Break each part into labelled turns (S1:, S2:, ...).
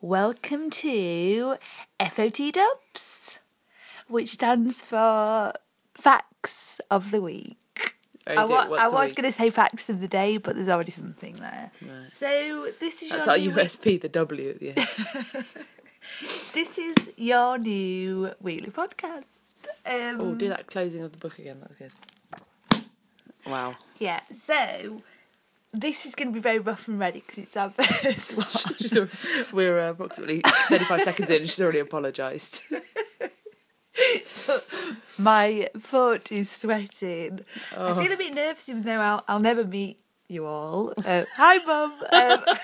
S1: Welcome to FOT Dubs, which stands for Facts of the Week.
S2: Oh,
S1: I,
S2: dear,
S1: wa-
S2: what's
S1: I
S2: the
S1: was
S2: week?
S1: going to say Facts of the Day, but there's already something there. So this is
S2: That's
S1: your
S2: our
S1: new
S2: USP, the W at the end.
S1: This is your new weekly podcast. Um,
S2: oh, do that closing of the book again. That's good. Wow.
S1: Yeah, so this is going to be very rough and ready because it's our first one.
S2: She's al- we're uh, approximately 35 seconds in. She's already apologised.
S1: My foot is sweating. I
S2: Oh.
S1: feel a bit nervous, even though I'll, I'll never meet you all. Uh, hi, Mum. Um,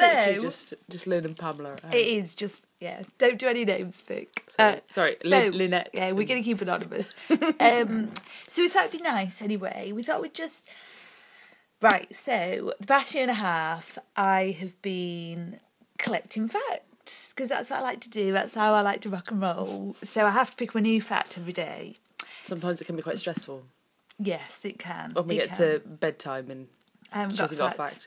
S2: Literally
S1: so
S2: just, just Lynn and Pamela. at home.
S1: it is just yeah. Don't do any names, Vic.
S2: Sorry,
S1: Uh,
S2: sorry
S1: so,
S2: Lin- Lynette.
S1: Yeah, we're going to keep anonymous. um, so we thought it'd be nice anyway. We thought we'd just. Right, so the past year and a half, I have been collecting facts because that's what I like to do. That's how I like to rock and roll. So I have to pick my new fact every day.
S2: Sometimes it can be quite stressful
S1: Yes, it can.
S2: when we
S1: it
S2: get
S1: can.
S2: to bedtime and
S1: I haven't
S2: she
S1: got
S2: hasn't got a
S1: facts.
S2: fact.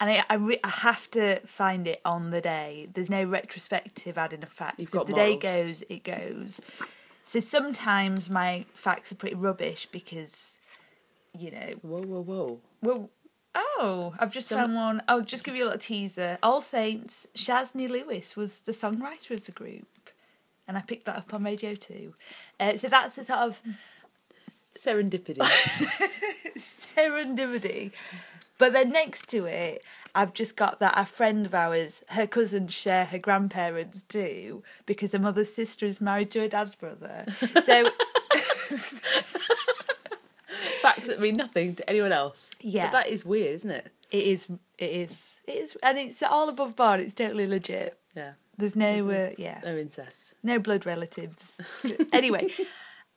S1: And I, I, re- I have to find it on the day. There's no retrospective adding a fact.
S2: You've
S1: if
S2: got
S1: the day
S2: morals.
S1: goes, it goes. So sometimes my facts are pretty rubbish because, you know,
S2: Whoa, whoa, whoa.
S1: well, oh, I've just
S2: Some-
S1: found one. I'll just give you a little teaser. All Saints, Shazney Lewis was the songwriter of the group. And I picked that up on Radio 2. Uh, so that's the sort of
S2: Serendipity.
S1: serendipity. But then next to it, I've just got that a friend of ours, her cousins share her grandparents too, because her mother's sister is married to her dad's brother. So
S2: Facts that mean nothing to anyone else.
S1: Yeah.
S2: But that is weird, isn't it?
S1: it is, it is, it is, and it's all above board. It's totally legit.
S2: Yeah.
S1: There's no, uh, yeah,
S2: No incest.
S1: no blood relatives. anyway,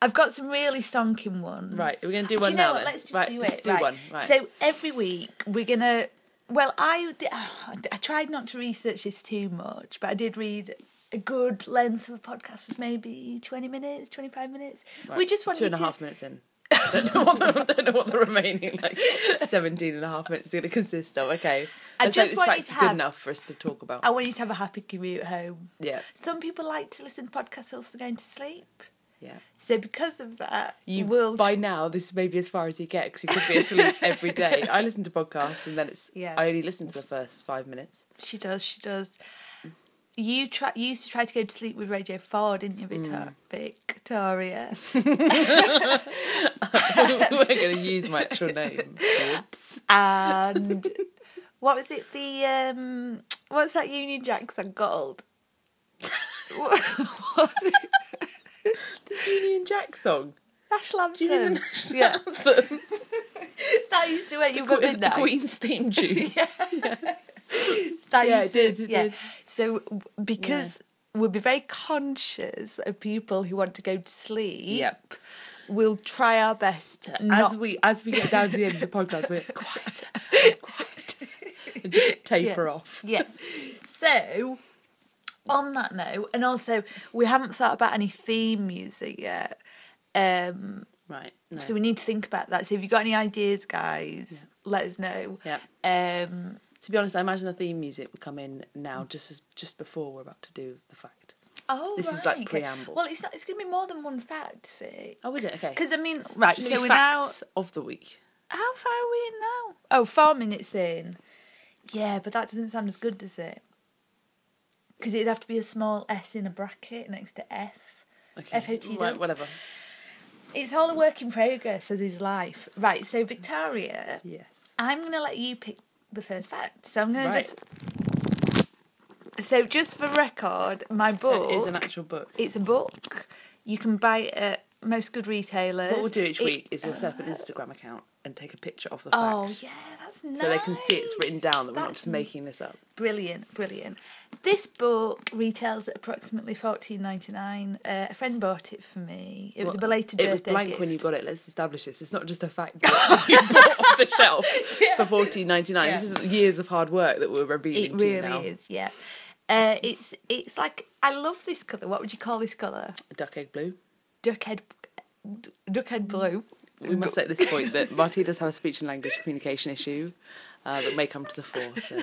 S1: I've got some really stonking ones.
S2: Right, we're going to do
S1: Do
S2: one
S1: you know
S2: now.
S1: what?
S2: then.
S1: Let's just
S2: right,
S1: do
S2: just
S1: it.
S2: Do
S1: right.
S2: one. Right.
S1: So every week we're gonna. Well, I d- I tried not to research this too much, but I did read a good length of a podcast was maybe twenty minutes, twenty five minutes. We
S2: Right,
S1: just wanted
S2: two and a
S1: to.
S2: half minutes in. don't, know what the, don't know what the remaining like 17 and a half minutes is going to consist of. Okay,
S1: I
S2: let's
S1: just
S2: hope this
S1: want you
S2: fact's
S1: to
S2: good
S1: have-
S2: enough for us to talk about.
S1: I want you to have a happy commute home.
S2: Yeah,
S1: Some people like to listen to podcasts whilst they're going to sleep.
S2: yeah.
S1: So because of that,
S2: You
S1: will
S2: by now this may be as far as you get because you could be asleep every day. I listen to podcasts and then it's
S1: Yeah.
S2: I only listen to the first five minutes.
S1: She does. She does. You try. You used to try to go to sleep with Radio Four, didn't you, Victor- Victoria?
S2: We're going to use my actual name. Oops.
S1: and what was it? The um, what's that Union Jacks and Gold? What- what's it?
S2: Union Jack song.
S1: National
S2: Union
S1: anthem. yeah,
S2: Anthem.
S1: that used to wake you up at
S2: the
S1: night.
S2: Queen's theme tune.
S1: That
S2: Yeah,
S1: used
S2: it did,
S1: to-
S2: it
S1: yeah.
S2: did.
S1: So w- because we'll be very conscious of people who want to go to sleep.
S2: Yep.
S1: We'll try our best to not
S2: As we as we get down to the end of the podcast, we're quiet, quiet, and just taper
S1: Yeah.
S2: off.
S1: yeah. So, on that note, and also we haven't thought about any theme music yet. Um,
S2: Right. No.
S1: So we need to think about that. So if you've got any ideas, guys, let us know.
S2: yeah.
S1: Um,
S2: To be honest, I imagine the theme music would come in now, just as, just before we're about to do the fact.
S1: oh,
S2: This is like
S1: right.
S2: preamble.
S1: Well, it's not. It's going to be more than one fact, Vic.
S2: Oh, is it okay?
S1: Because I mean, right.
S2: Should
S1: So
S2: we
S1: we're now.
S2: facts of the week.
S1: How far are we in now? Oh, four minutes in. Yeah, but that doesn't sound as good, does it? Because it'd have to be a small S in a bracket next to F.
S2: Okay.
S1: FOT
S2: Right,
S1: dubs.
S2: whatever.
S1: It's all a work in progress as his life. Right, so Victoria,
S2: Yes.
S1: I'm going to let you pick the first fact. So I'm going
S2: Right.
S1: to just. So just for record, my book.
S2: It is an actual book.
S1: it's a book. You can buy it at most good retailers.
S2: What we'll do each
S1: It- uh,
S2: week is we'll set up an Instagram account and take a picture of the fact.
S1: Oh yeah, that's nice.
S2: So they can see it's written down that we're not
S1: That's
S2: just making this up.
S1: Brilliant, brilliant. This book retails at approximately fourteen ninety nine. Uh, a friend bought it for me. It was a
S2: Well,
S1: belated
S2: It was
S1: birthday
S2: blank
S1: gift.
S2: when you got it. Let's establish this. It's not just a fact that you bought off the shelf for fourteen ninety nine. This is years of hard work that we're revealing
S1: It
S2: to you
S1: really
S2: now.
S1: is, yeah. Uh, it's it's like I love this colour. What would you call this colour?
S2: Duck egg blue.
S1: Duckhead, d- duckhead blue.
S2: We must say at this point that Marty does have a speech and language communication issue uh, that may come to the fore. So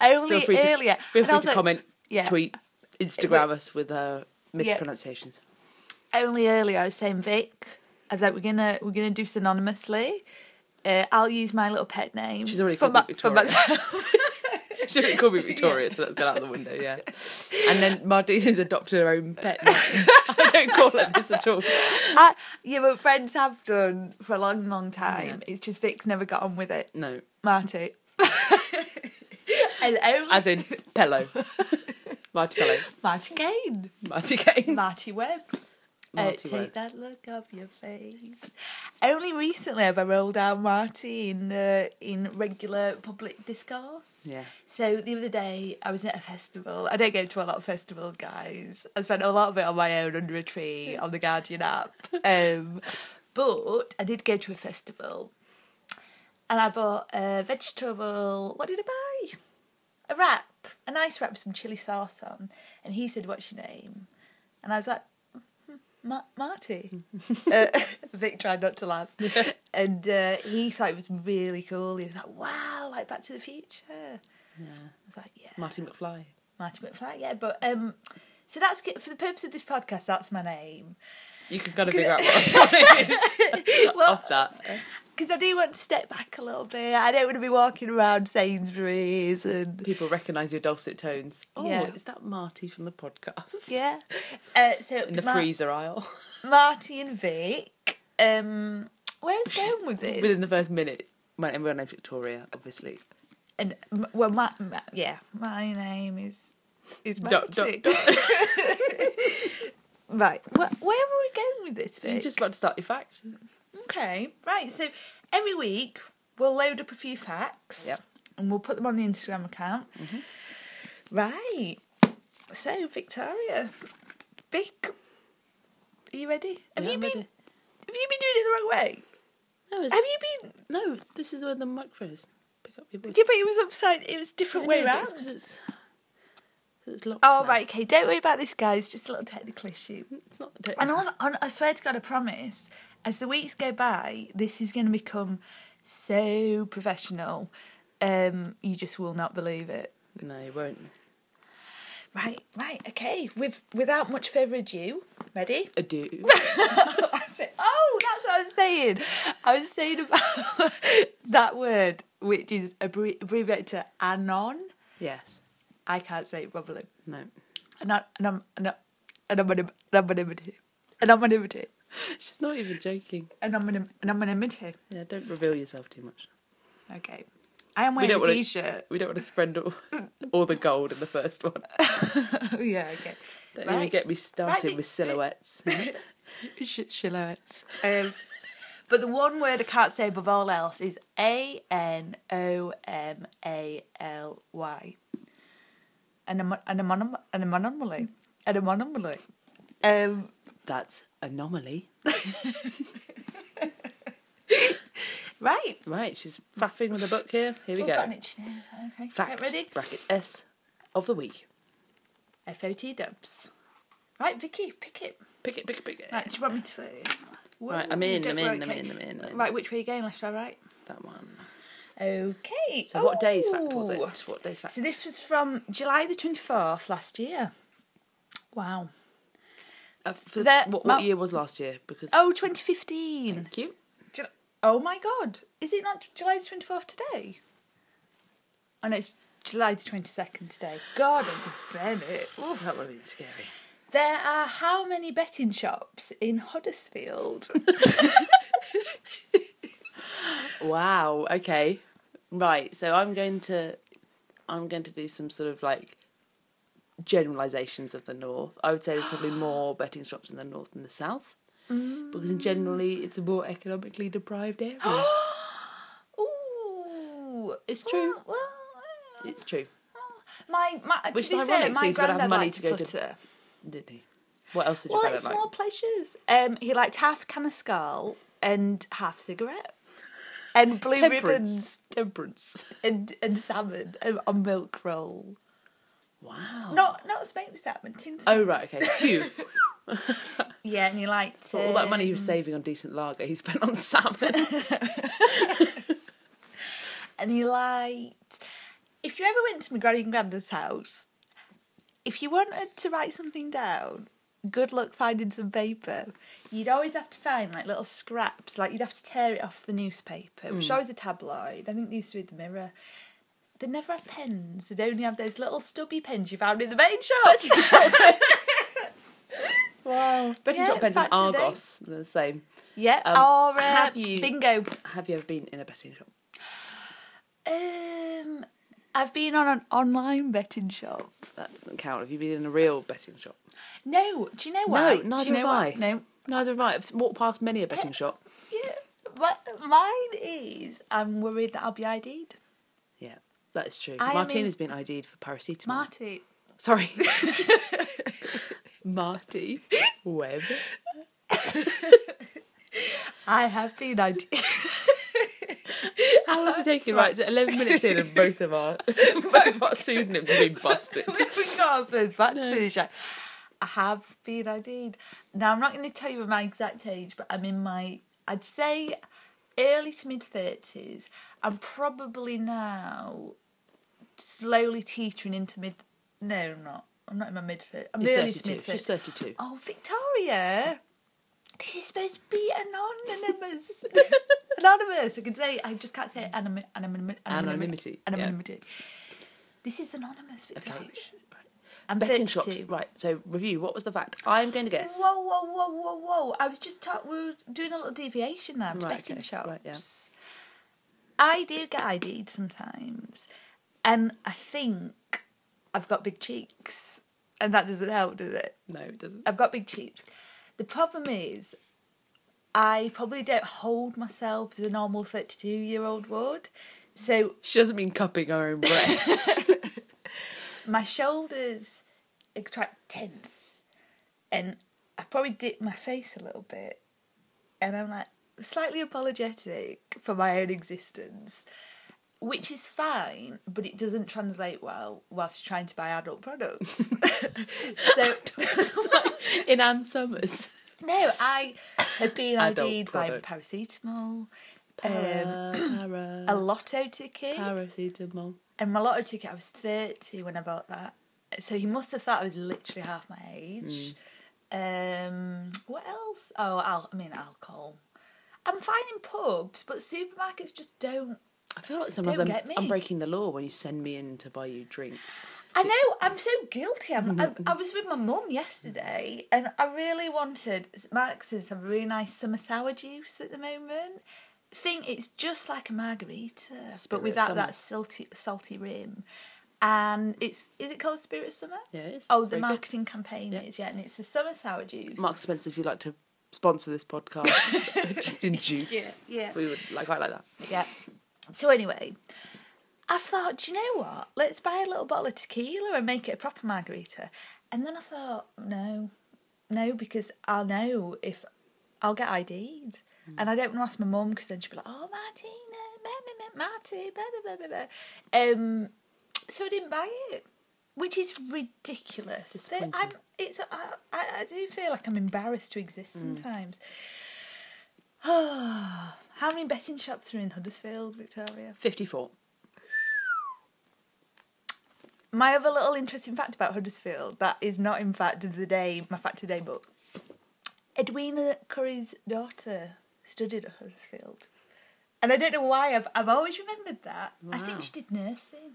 S1: Only
S2: Feel free to,
S1: earlier.
S2: Feel
S1: And I
S2: free
S1: was
S2: to
S1: like,
S2: comment,
S1: yeah.
S2: tweet, Instagram us with uh, mispronunciations.
S1: Only earlier I was saying Vic. I was like, we're gonna we're gonna do synonymously. Uh, I'll use my little pet name.
S2: She's already
S1: for
S2: called me
S1: my- for
S2: Victoria.
S1: myself.
S2: She didn't call me Victoria, so that's gone out the window, yeah. And then Martina's adopted her own pet name. I don't call it this at all.
S1: I, yeah, but friends have done for a long, long time. It's just Vic's never got on with it.
S2: No,
S1: Marty. and only
S2: as in Pello. Marty Pello.
S1: Marty Kane.
S2: Marty Kane.
S1: Marty Webb. Uh,
S2: Marty
S1: take
S2: Webb.
S1: that look off your face. Only recently have I rolled out Marty in uh, in regular public discourse.
S2: Yeah.
S1: So the other day I was at a festival. I don't go to a lot of festivals, guys. I spent a lot of it on my own under a tree on the Guardian app. Um, but I did go to a festival, and I bought a vegetable. What did I buy? a wrap, a nice wrap with some chili sauce on. And he said, What's your name? And I was like, "M- Ma- Marty. uh, Vic tried not to laugh. And uh, he thought it was really cool. He was like, Wow, like Back to the Future.
S2: Yeah.
S1: I was like, Yeah,
S2: Marty McFly.
S1: Marty McFly, yeah. But um, so that's good. For the purpose of this podcast, that's my name.
S2: You can kind of figure out what it is
S1: Well,
S2: off that.
S1: because I do want to step back a little bit. I don't want to be walking around Sainsbury's and
S2: People recognise your dulcet tones. Oh,
S1: Yeah.
S2: is that Marty from the podcast?
S1: yeah. Uh, so
S2: In the
S1: Ma-
S2: freezer aisle.
S1: Marty and Vic. Um, where was I going with this?
S2: Within the first minute, my everyone named Victoria, obviously.
S1: and m- well, my, my yeah, my name is is
S2: Dot, dot,
S1: Marty. right, wh- where were we going with this?
S2: You're
S1: Vic?
S2: just about to start your fact.
S1: Okay, right. So every week we'll load up a few facts.
S2: Yep.
S1: And we'll put them on the Instagram account.
S2: Mm-hmm.
S1: Right. So Victoria, Vic, are you ready? Have
S2: Yeah,
S1: you
S2: I'm
S1: been?
S2: ready.
S1: Have you been doing it the wrong way?
S2: No, it's,
S1: Have you been?
S2: no, this is where the microphone is. Pick up your voice.
S1: Yeah, but it was upside. It was a different way round.
S2: Because it's, 'cause it's locked.
S1: Oh
S2: now.
S1: right, okay. Don't worry about this, guys. Just a little technical issue.
S2: It's not the
S1: And i on, I swear to God, I promise. As the weeks go by, this is going to become so professional. Um, you just will not believe it.
S2: No, you won't.
S1: Right, right, okay. With without much further ado, ready?
S2: I do.
S1: I said, oh, that's what I was saying. I was saying about that word, which is abbrevi- abbreviated to anon.
S2: yes.
S1: I can't say it properly.
S2: No.
S1: Anon, anon, anon, anonym, anonymity, anonymity,
S2: She's not even joking.
S1: anonym, anonymity.
S2: Yeah, don't reveal yourself too much.
S1: Okay. I am
S2: We
S1: wearing
S2: don't
S1: a
S2: wanna-
S1: t-shirt.
S2: We don't want to spend all, all the gold in the first one.
S1: Oh, yeah, okay.
S2: Don't even
S1: Right.
S2: get me started
S1: Right.
S2: with silhouettes.
S1: Sh- Shillowitz. Um, but the one word I can't say above all else is A-N-O-M-A-L-Y. An amo- an amonom- an anomaly. An anomaly. Um,
S2: That's anomaly.
S1: right.
S2: Right, she's faffing with a book here. Here we
S1: We've got an
S2: go.
S1: itch now. Okay.
S2: Fact
S1: Get ready?
S2: brackets S of the week.
S1: F-O-T dubs. Right, Vicky, pick it.
S2: Pick it, pick it, pick it.
S1: Right, do you want me to... Whoa,
S2: Right, I'm in,
S1: don't
S2: I'm
S1: worry,
S2: in, I'm
S1: okay.
S2: in, I'm in, I'm in.
S1: Right, which way are you going, left or right?
S2: That one.
S1: Okay. oh.
S2: So what day's fact was it?
S1: Ooh.
S2: What day's fact?
S1: So this was from July the 24th last year. Wow.
S2: Uh, for
S1: The-
S2: what,
S1: Mount-
S2: what year was last year? Because
S1: Oh, 2015.
S2: cute.
S1: Ju- Oh my God. Is it not July the 24th today? Oh no, it's July the 22nd today. God, Bennett.
S2: Oh, that would have been scary.
S1: There are how many betting shops in Huddersfield?
S2: Wow. Okay. Right. So I'm going to, I'm going to do some sort of like generalizations of the north. I would say there's probably more betting shops in the north than the south,
S1: Mm.
S2: because generally it's a more economically deprived area.
S1: Ooh.
S2: It's true.
S1: Well, well, uh,
S2: it's true.
S1: well. my, my,
S2: Which
S1: to
S2: is
S1: be fair,
S2: ironic,
S1: my
S2: since we'd have
S1: granddad
S2: money
S1: liked
S2: to go to-
S1: footer.
S2: Didn't he? What else did you
S1: Well,
S2: find
S1: it's
S2: out? Like?
S1: more pleasures. Um, he liked half a can of skull and half a cigarette, and blue ribbons
S2: Temperance. Temperance.
S1: and, and salmon and a milk roll.
S2: Wow.
S1: Not not smoked salmon, tin. salmon.
S2: Oh right. Okay. Phew.
S1: Yeah, and he liked
S2: all that money he
S1: um,
S2: was saving on decent lager, he spent on salmon.
S1: and he liked If you ever went to my granny and granddad's house, if you wanted to write something down, good luck finding some paper. You'd always have to find like little scraps, like you'd have to tear it off the newspaper,
S2: Hmm.
S1: which always a tabloid. I think they used to read the Mirror. They never had pens. They'd only have those little stubby pens you found in the main shop.
S2: Wow. Betty
S1: Yeah,
S2: yeah, Shop Pens and
S1: back to the day.
S2: Argos, they're the same.
S1: yeah,
S2: Um,
S1: or uh,
S2: have you-
S1: bingo.
S2: Have you ever been in a betting shop?
S1: Um, I've been on an online betting shop.
S2: That doesn't count. Have you been in a real betting shop?
S1: No, do you know why?
S2: No, neither
S1: do you know
S2: have
S1: why?
S2: I.
S1: No,
S2: Neither have I. I've walked past many a betting shop.
S1: yeah, but mine is I'm worried that I'll be ID'd.
S2: Yeah, that is true.
S1: I am
S2: Martine
S1: in-
S2: has been ID'd for paracetamol.
S1: Marty,
S2: Sorry. Marty Webb.
S1: I have been ID'd.
S2: How long has it taken? Right, so 11 minutes in and both of our, both our pseudonyms have been busted.
S1: we haven't got our first back to finish. I I have been ID'd. Now I'm not going to tell you my exact age, but I'm in my I'd say early to mid thirties. I'm probably now slowly teetering into mid. No, I'm not. I'm not in my mid thirties. I'm
S2: You're
S1: early to
S2: 32.
S1: mid
S2: She's
S1: thirties.
S2: 32.
S1: Oh, Victoria. This is supposed to be anonymous. anonymous. I can say, I just can't say anim- anim-
S2: Anonymity, yeah.
S1: Anonymity. This is anonymous,
S2: Okay.
S1: Victoria.
S2: right.
S1: I'm
S2: Betting
S1: 32.
S2: shops. Right, so review. What was the fact? I'm going to guess.
S1: Whoa, whoa, whoa, whoa, whoa. I was just talking, we were doing a little deviation there to
S2: Right,
S1: betting
S2: okay.
S1: shops.
S2: Right, yeah.
S1: I do get ID'd sometimes, and I think I've got big cheeks, and that doesn't help, does it?
S2: No, it doesn't.
S1: I've got big cheeks. The problem is, I probably don't hold myself as a normal 32 year old would. So
S2: She doesn't mean cupping her own breast.
S1: my shoulders are quite tense, and I probably dip my face a little bit, and I'm like slightly apologetic for my own existence, which is fine, but it doesn't translate well whilst you're trying to buy adult products. so.
S2: in Anne Summers.
S1: No, I have been
S2: Adult
S1: ID'd by
S2: product.
S1: paracetamol, um,
S2: Para,
S1: a
S2: para,
S1: lotto ticket,
S2: paracetamol.
S1: and my lotto ticket. I was thirty when I bought that, so he must have thought I was literally half my age. Um, what else? Oh, al- I mean alcohol. I'm fine in pubs, but supermarkets just don't.
S2: I feel like sometimes
S1: Don't
S2: I'm,
S1: get me.
S2: I'm breaking the law when you send me in to buy you drink.
S1: I know I'm so guilty. I'm, I, I was with my mum yesterday, and I really wanted Marx's have a really nice summer sour juice at the moment. Think it's just like a margarita,
S2: Spirit
S1: but
S2: of
S1: without
S2: summer.
S1: that salty salty rim. And it's is it called Spirit of Summer?
S2: Yeah, it is.
S1: Oh,
S2: It's
S1: the
S2: very good.
S1: marketing campaign is yeah, and it's a summer sour juice.
S2: Mark Spencer, if you'd like to sponsor this podcast, just in juice.
S1: Yeah, yeah.
S2: We would like quite like that.
S1: Yeah. So anyway, I thought, do you know what? Let's buy a little bottle of tequila and make it a proper margarita. And then I thought, no, no, because I'll know if I'll get ID'd. And I don't want to ask my mum because then she'll be like, oh, Martina, meh, meh, meh, Marty, blah, blah, blah, blah, blah. Um, so I didn't buy it, which is ridiculous. They-
S2: Disappointing.
S1: I'm, it's, I, I I do feel like I'm embarrassed to exist sometimes. How many betting shops are in Huddersfield, Victoria?
S2: 54.
S1: My other little interesting fact about Huddersfield that is not in fact of the day my fact today book. Edwina Curry's daughter studied at Huddersfield. And I don't know why I've I've always remembered that. I
S2: Wow.
S1: think she did nursing.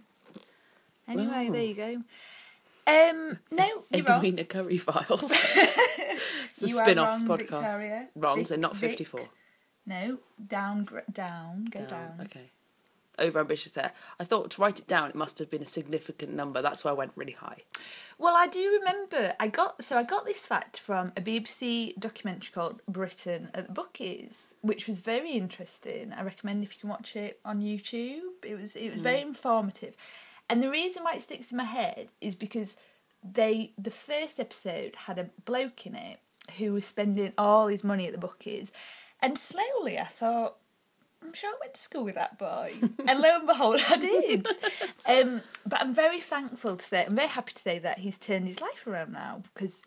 S1: Anyway,
S2: Wow.
S1: there you go. Um no, you're wrong.
S2: Edwina Curry Files. it's a
S1: You are
S2: spin off
S1: wrong,
S2: podcast.
S1: Victoria.
S2: Wrong,
S1: Vic-
S2: so not
S1: Vic,
S2: 54.
S1: No, down gr- down, go down.
S2: Down. Okay. Over ambitious there. I thought to write it down, it must have been a significant number. That's why I went really high.
S1: Well, I do remember I got so I got this fact from a BBC documentary called Britain at the Bookies, which was very interesting. I recommend if you can watch it on YouTube. It was it was very informative, and the reason why it sticks in my head is because they the first episode had a bloke in it who was spending all his money at the bookies, and slowly I thought. I'm sure I went to school with that boy. and lo and behold, I did. Um, but I'm very thankful to say, I'm very happy to say that he's turned his life around now because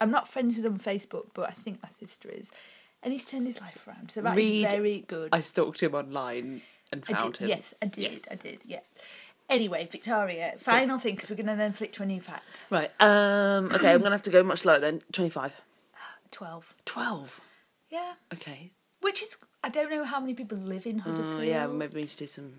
S1: I'm not friends with him on Facebook, but I think my sister is. And he's turned his life around. So that is
S2: Read-
S1: very good.
S2: I stalked him online and
S1: I
S2: found
S1: did,
S2: him.
S1: Yes, I did.
S2: Yes.
S1: I did. Yeah. Anyway, Victoria, final thing because we're going to then flick to a new fact.
S2: Right. Um. Okay, I'm gonna have to go much lower then. Twenty-five.
S1: 12.
S2: Twelve.
S1: Yeah.
S2: Okay.
S1: Which is, I don't know how many people live in Huddersfield.
S2: Oh yeah, maybe we need to do some.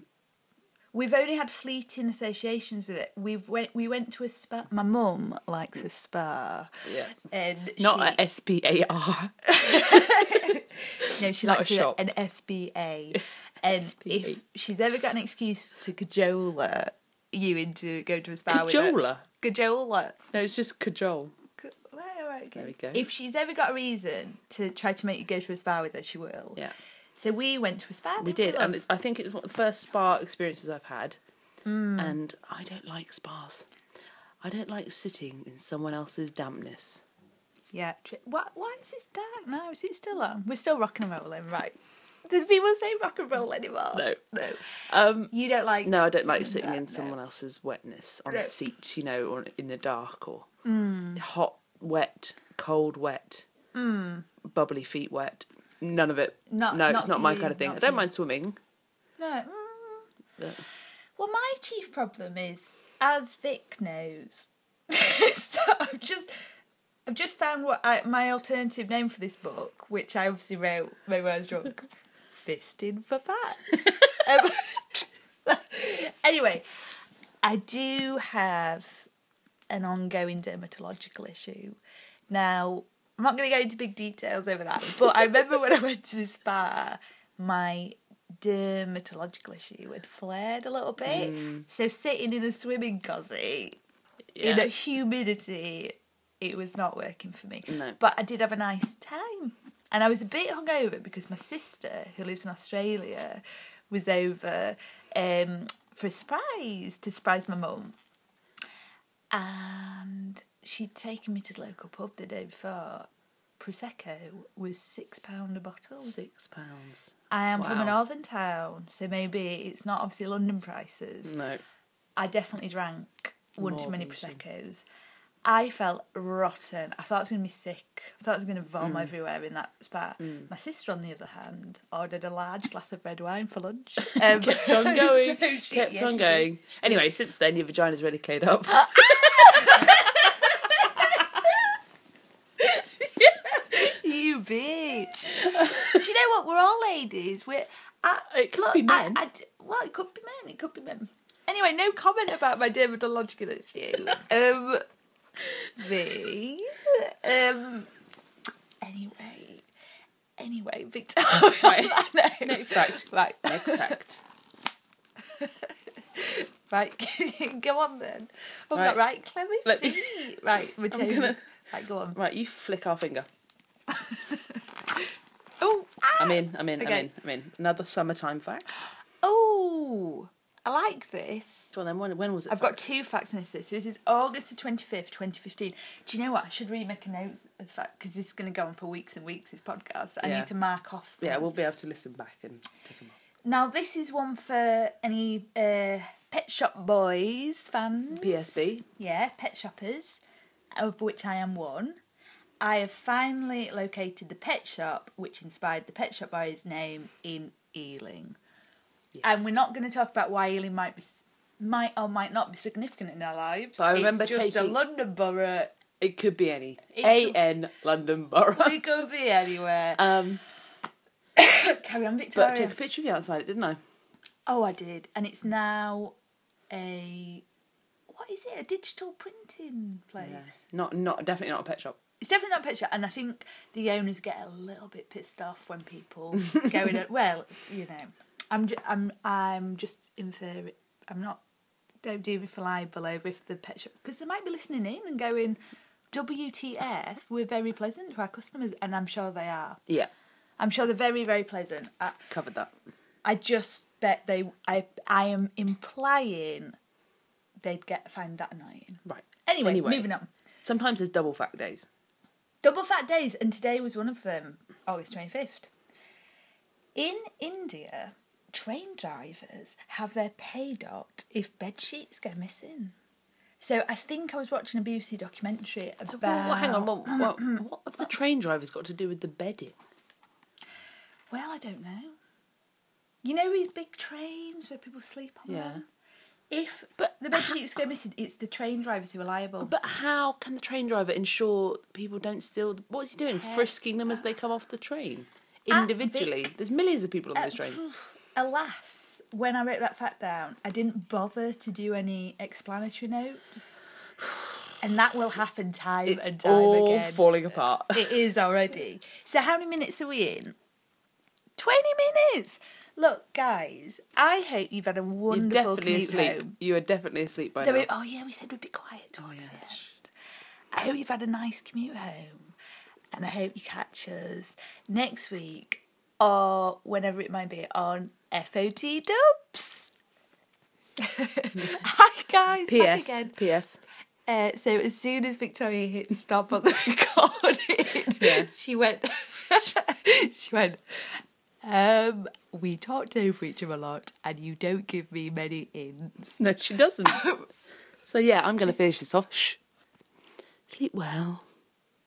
S1: We've only had fleeting associations with it. We've went, we went to a spa. My mum likes a spa.
S2: Yeah.
S1: And she,
S2: Not a S P A R.
S1: No, she
S2: Not
S1: likes
S2: a
S1: a
S2: shop.
S1: an SBA. And if she's ever got an excuse to cajole her, you into going to a spa with her.
S2: Cajola.
S1: Cajole her.
S2: No, it's just cajole.
S1: C- right, right, okay.
S2: There we go.
S1: If she's ever got a reason to try to make you go to a spa with her, she will.
S2: Yeah.
S1: So we went to a spa.
S2: We
S1: didn't
S2: did,
S1: love?
S2: and it- I think it's one of the first spa experiences I've had. And I don't like spas. I don't like sitting in someone else's dampness.
S1: yeah. Tri- Why, why is this dark now? Is it still on? We're still rock and rolling, right? Do people say rock and roll anymore?
S2: No.
S1: No.
S2: Um,
S1: You don't like.
S2: no, I don't like
S1: sitting in
S2: sitting in
S1: that, no.
S2: someone else's wetness on
S1: No.
S2: a seat, you know, or in the dark or
S1: Hmm.
S2: hot, wet, cold, wet, bubbly feet wet. None of it.
S1: Hmm. Not-
S2: no,
S1: not
S2: it's not
S1: for
S2: my
S1: you,
S2: kind of thing.
S1: not
S2: I
S1: for
S2: don't
S1: you.
S2: mind swimming.
S1: No. Mm.
S2: but-
S1: Well, my chief problem is, as Vic knows, so I've just I've just found what I, my alternative name for this book, which I obviously wrote when I was drunk, fisted for facts. um, so, anyway, I do have an ongoing dermatological issue. Now, I'm not going to go into big details over that, but I remember when I went to the spa, my dermatological issue had flared a little bit. So sitting in a swimming cosy in a
S2: Yeah.
S1: humidity, it was not working for me.
S2: No.
S1: But I did have a nice time. And I was a bit hungover because my sister, who lives in Australia, was over um, for a surprise to surprise my mum. And she'd taken me to the local pub the day before. Prosecco was £6 a bottle.
S2: Six pounds.
S1: I am from a
S2: Wow.
S1: northern town, so maybe it's not obviously London prices.
S2: No.
S1: I definitely drank one
S2: More
S1: too many
S2: than you
S1: proseccos. I felt rotten. I thought I was going to be sick. I thought I was going to vom
S2: Mm.
S1: everywhere in that spa. My sister, on the other hand, ordered a large glass of red wine for lunch. Um,
S2: Kept on going.
S1: so she-
S2: kept
S1: yeah,
S2: on
S1: she did.
S2: going. Anyway, since then your vagina's really cleared up.
S1: You bitch. Do you know what? We're all ladies. We're. I,
S2: It could be
S1: I-
S2: men.
S1: I d- well, it could be men. It could be men. Anyway, no comment about my dermatological issue. um, V. Um. Anyway. Anyway, Victoria.
S2: Next fact.
S1: Right.
S2: Next fact.
S1: Right. go on then. Oh,
S2: Right.
S1: right. right, Clemmy.
S2: Let me-
S1: Fee. Right. We're taking.
S2: gonna-
S1: Right. Go on.
S2: Right, you flick our finger.
S1: Oh.
S2: I'm in, I'm in,
S1: Okay.
S2: I'm in, I'm in. Another summertime fact.
S1: Oh. I like this.
S2: Go on then, when, when was it?
S1: I've got two facts on this. list. So this is August the 25th, 2015. Do you know what? I should really make a note of that because this is going to go on for weeks and weeks, this podcast. I
S2: Yeah.
S1: need to mark off.
S2: Yeah,
S1: things.
S2: we'll be able to listen back and take them off.
S1: Now, this is one for any uh, Pet Shop Boys fans.
S2: PSB.
S1: Yeah, pet shoppers, of which I am one. I have finally located the pet shop which inspired the Pet Shop Boys name in Ealing. And we're not going to talk about why Ealing might be might or might not be significant in our lives.
S2: So I remember
S1: it's just a
S2: taking-
S1: London borough.
S2: It could be any.
S1: It
S2: A
S1: could-
S2: N London Borough.
S1: We could be anywhere.
S2: Um,
S1: Carry on,
S2: but
S1: Victoria.
S2: I took a picture of you outside it, didn't I?
S1: Oh, I did, and it's now a what is it? A digital printing place.
S2: Not, not definitely not a pet shop.
S1: It's definitely not a picture, and I think the owners get a little bit pissed off when people go in. Well, you know, I'm ju- I'm I'm just infer. I'm not. Don't do me for libel over if the pet shop because they might be listening in and going, WTF? We're very pleasant to our customers, and I'm sure they are.
S2: Yeah,
S1: I'm sure they're very very pleasant. I,
S2: covered that.
S1: I just bet they. I I am implying they'd get find that annoying.
S2: Right.
S1: Anyway, moving on.
S2: Sometimes there's double fact days.
S1: Double fat days, and today was one of them, August 25th. In India, train drivers have their pay dot if bed sheets go missing. So I think I was watching a BBC documentary about.
S2: So Oh, what, what- hang on, what,
S1: Uh,
S2: what, what have the train drivers got to do with the bedding?
S1: Well, I don't know. You know these big trains where people sleep on
S2: Yeah.
S1: them? If
S2: But
S1: the bed sheets go missing, it's the train drivers who are liable.
S2: But how can the train driver ensure that people don't steal? The, what's he doing? Frisking them as they come off the train
S1: At
S2: individually. There's millions of people on those trains.
S1: Alas, when I wrote that fact down, I didn't bother to do any explanatory notes, and that will happen time
S2: It's
S1: and time
S2: all
S1: again.
S2: falling apart.
S1: it is already. So how many minutes are we in? Twenty minutes. Look, guys, I hope you've had a
S2: You're
S1: wonderful
S2: definitely
S1: commute
S2: asleep.
S1: home.
S2: You are definitely asleep by
S1: There
S2: now.
S1: we- oh yeah, we said we'd be quiet towards
S2: Oh, yeah.
S1: the end. I hope you've had a nice commute home, and I hope you catch us next week or whenever it might be on FOT Dubs. Hi guys, back
S2: P.S.
S1: again.
S2: P.S.
S1: Uh, so as soon as Victoria hit stop on the recording,
S2: Yeah.
S1: she went. she went. Um, we talked over each other a lot, and you don't give me many ins.
S2: No, she doesn't. so yeah, I'm going to finish this off. Shh. Sleep well.